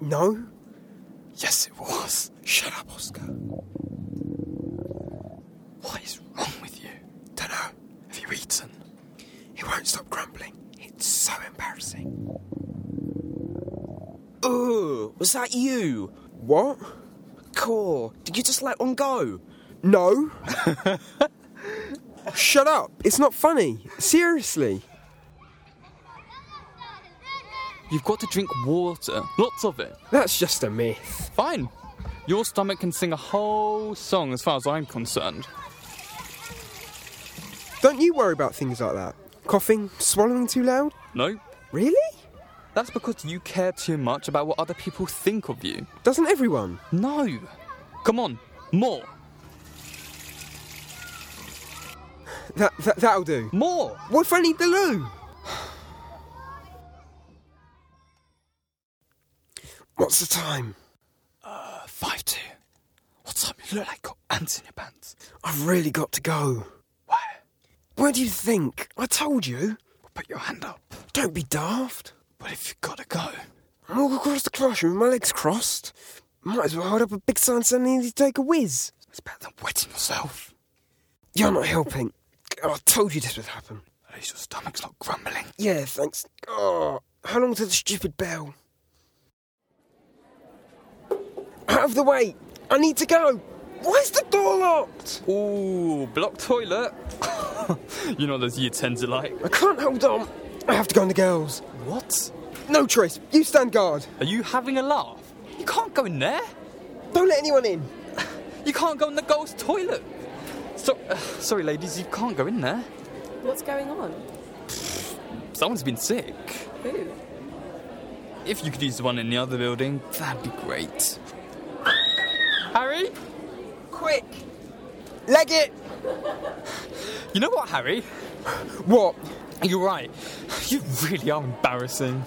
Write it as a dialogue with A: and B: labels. A: No?
B: Yes, it was. Shut up, Oscar. What is wrong with you? Dunno. Have you eaten? He won't stop grumbling. It's so embarrassing.
A: Ugh, was that you?
B: What?
A: Core, did you just let one go?
B: No. Shut up. It's not funny. Seriously.
C: You've got to drink water, lots of it.
B: That's just a myth.
C: Fine. Your stomach can sing a whole song as far as I'm concerned.
B: Don't you worry about things like that. Coughing, swallowing too loud?
C: No,
B: Really?
C: that's because you care too much about what other people think of you.
B: Doesn't everyone?
C: No. Come on, more,
B: That, that that'll do.
C: more.
B: What if I need the loo? What's the time?
C: Five two. What's up? You look like got ants in your pants.
B: I've really got to go.
C: Where?
B: Where do you think? I told you.
C: Put your hand up.
B: Don't be daft.
C: But if you gotta go,
B: I'm walking across the classroom with my legs crossed. Might as well hold up a big sign saying I need to take a whiz.
C: it's better than wetting yourself.
B: You're not helping. Oh, I told you this would happen.
C: At least your stomach's not grumbling.
B: Yeah, thanks. Oh, how long to the stupid bell? Out of the way! I need to go! Why is the door locked?
C: Ooh, block toilet. you know those year 10s are like.
B: I can't hold on. I have to go in the girls.
C: What?
B: No choice. You stand guard.
C: Are you having a laugh? You can't go in there.
B: Don't let anyone in.
C: You can't go in the girls' toilet. So, uh, sorry, ladies, you can't go in there.
D: What's going on?
C: Someone's been sick.
D: Who?
C: If you could use the one in the other building, that'd be great. Harry?
B: Quick! Leg it!
C: You know what, Harry?
B: What?
C: You're right. You really are embarrassing.